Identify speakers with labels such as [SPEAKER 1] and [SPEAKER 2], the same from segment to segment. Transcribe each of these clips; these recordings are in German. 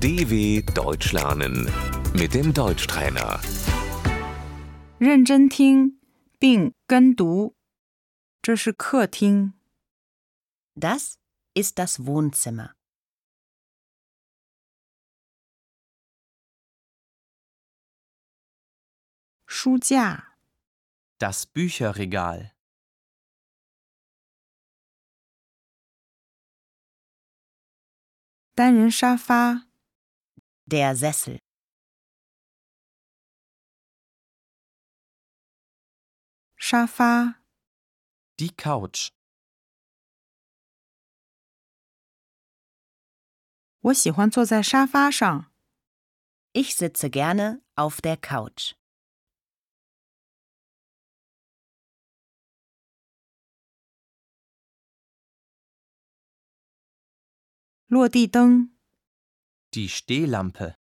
[SPEAKER 1] DW Deutsch lernen mit dem Deutschtrainer.
[SPEAKER 2] 认真听并跟读。这是客厅，
[SPEAKER 3] Das ist das Wohnzimmer.
[SPEAKER 2] 书架、
[SPEAKER 4] Das Bücherregal.
[SPEAKER 2] 单人沙发、
[SPEAKER 3] Der Sessel.
[SPEAKER 2] 沙发、
[SPEAKER 4] Die Couch.
[SPEAKER 2] 我喜欢坐在沙发上。
[SPEAKER 3] Ich sitze gerne auf der Couch.
[SPEAKER 2] 落地灯、
[SPEAKER 4] Die Stehlampe.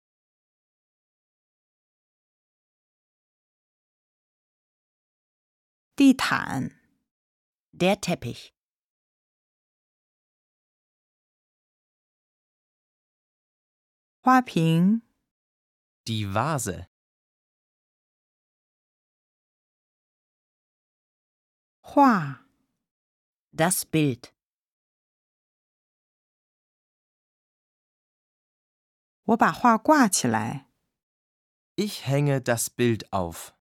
[SPEAKER 2] 地毯、
[SPEAKER 3] Der Teppich.
[SPEAKER 2] 花瓶、
[SPEAKER 4] Die Vase.
[SPEAKER 2] 画、
[SPEAKER 3] Das Bild.
[SPEAKER 2] 我把画挂起来。
[SPEAKER 4] Ich hänge das Bild auf.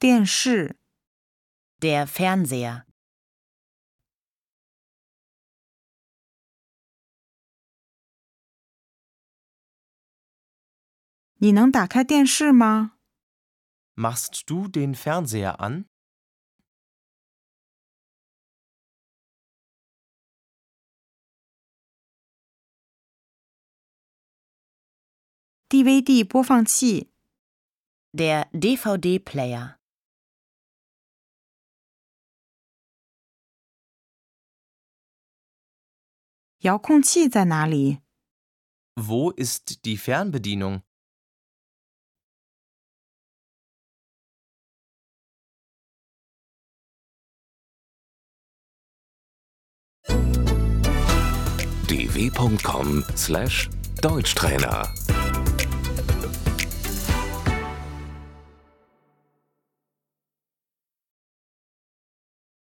[SPEAKER 2] 电视、
[SPEAKER 3] Der Fernseher.
[SPEAKER 2] 你能打开电视吗？
[SPEAKER 4] Machst du den Fernseher an?
[SPEAKER 2] DVD 播放器、
[SPEAKER 3] Der DVD-Player.
[SPEAKER 2] 遥控器在哪里？
[SPEAKER 4] Wo ist die Fernbedienung?
[SPEAKER 1] dw.com/deutschtrainer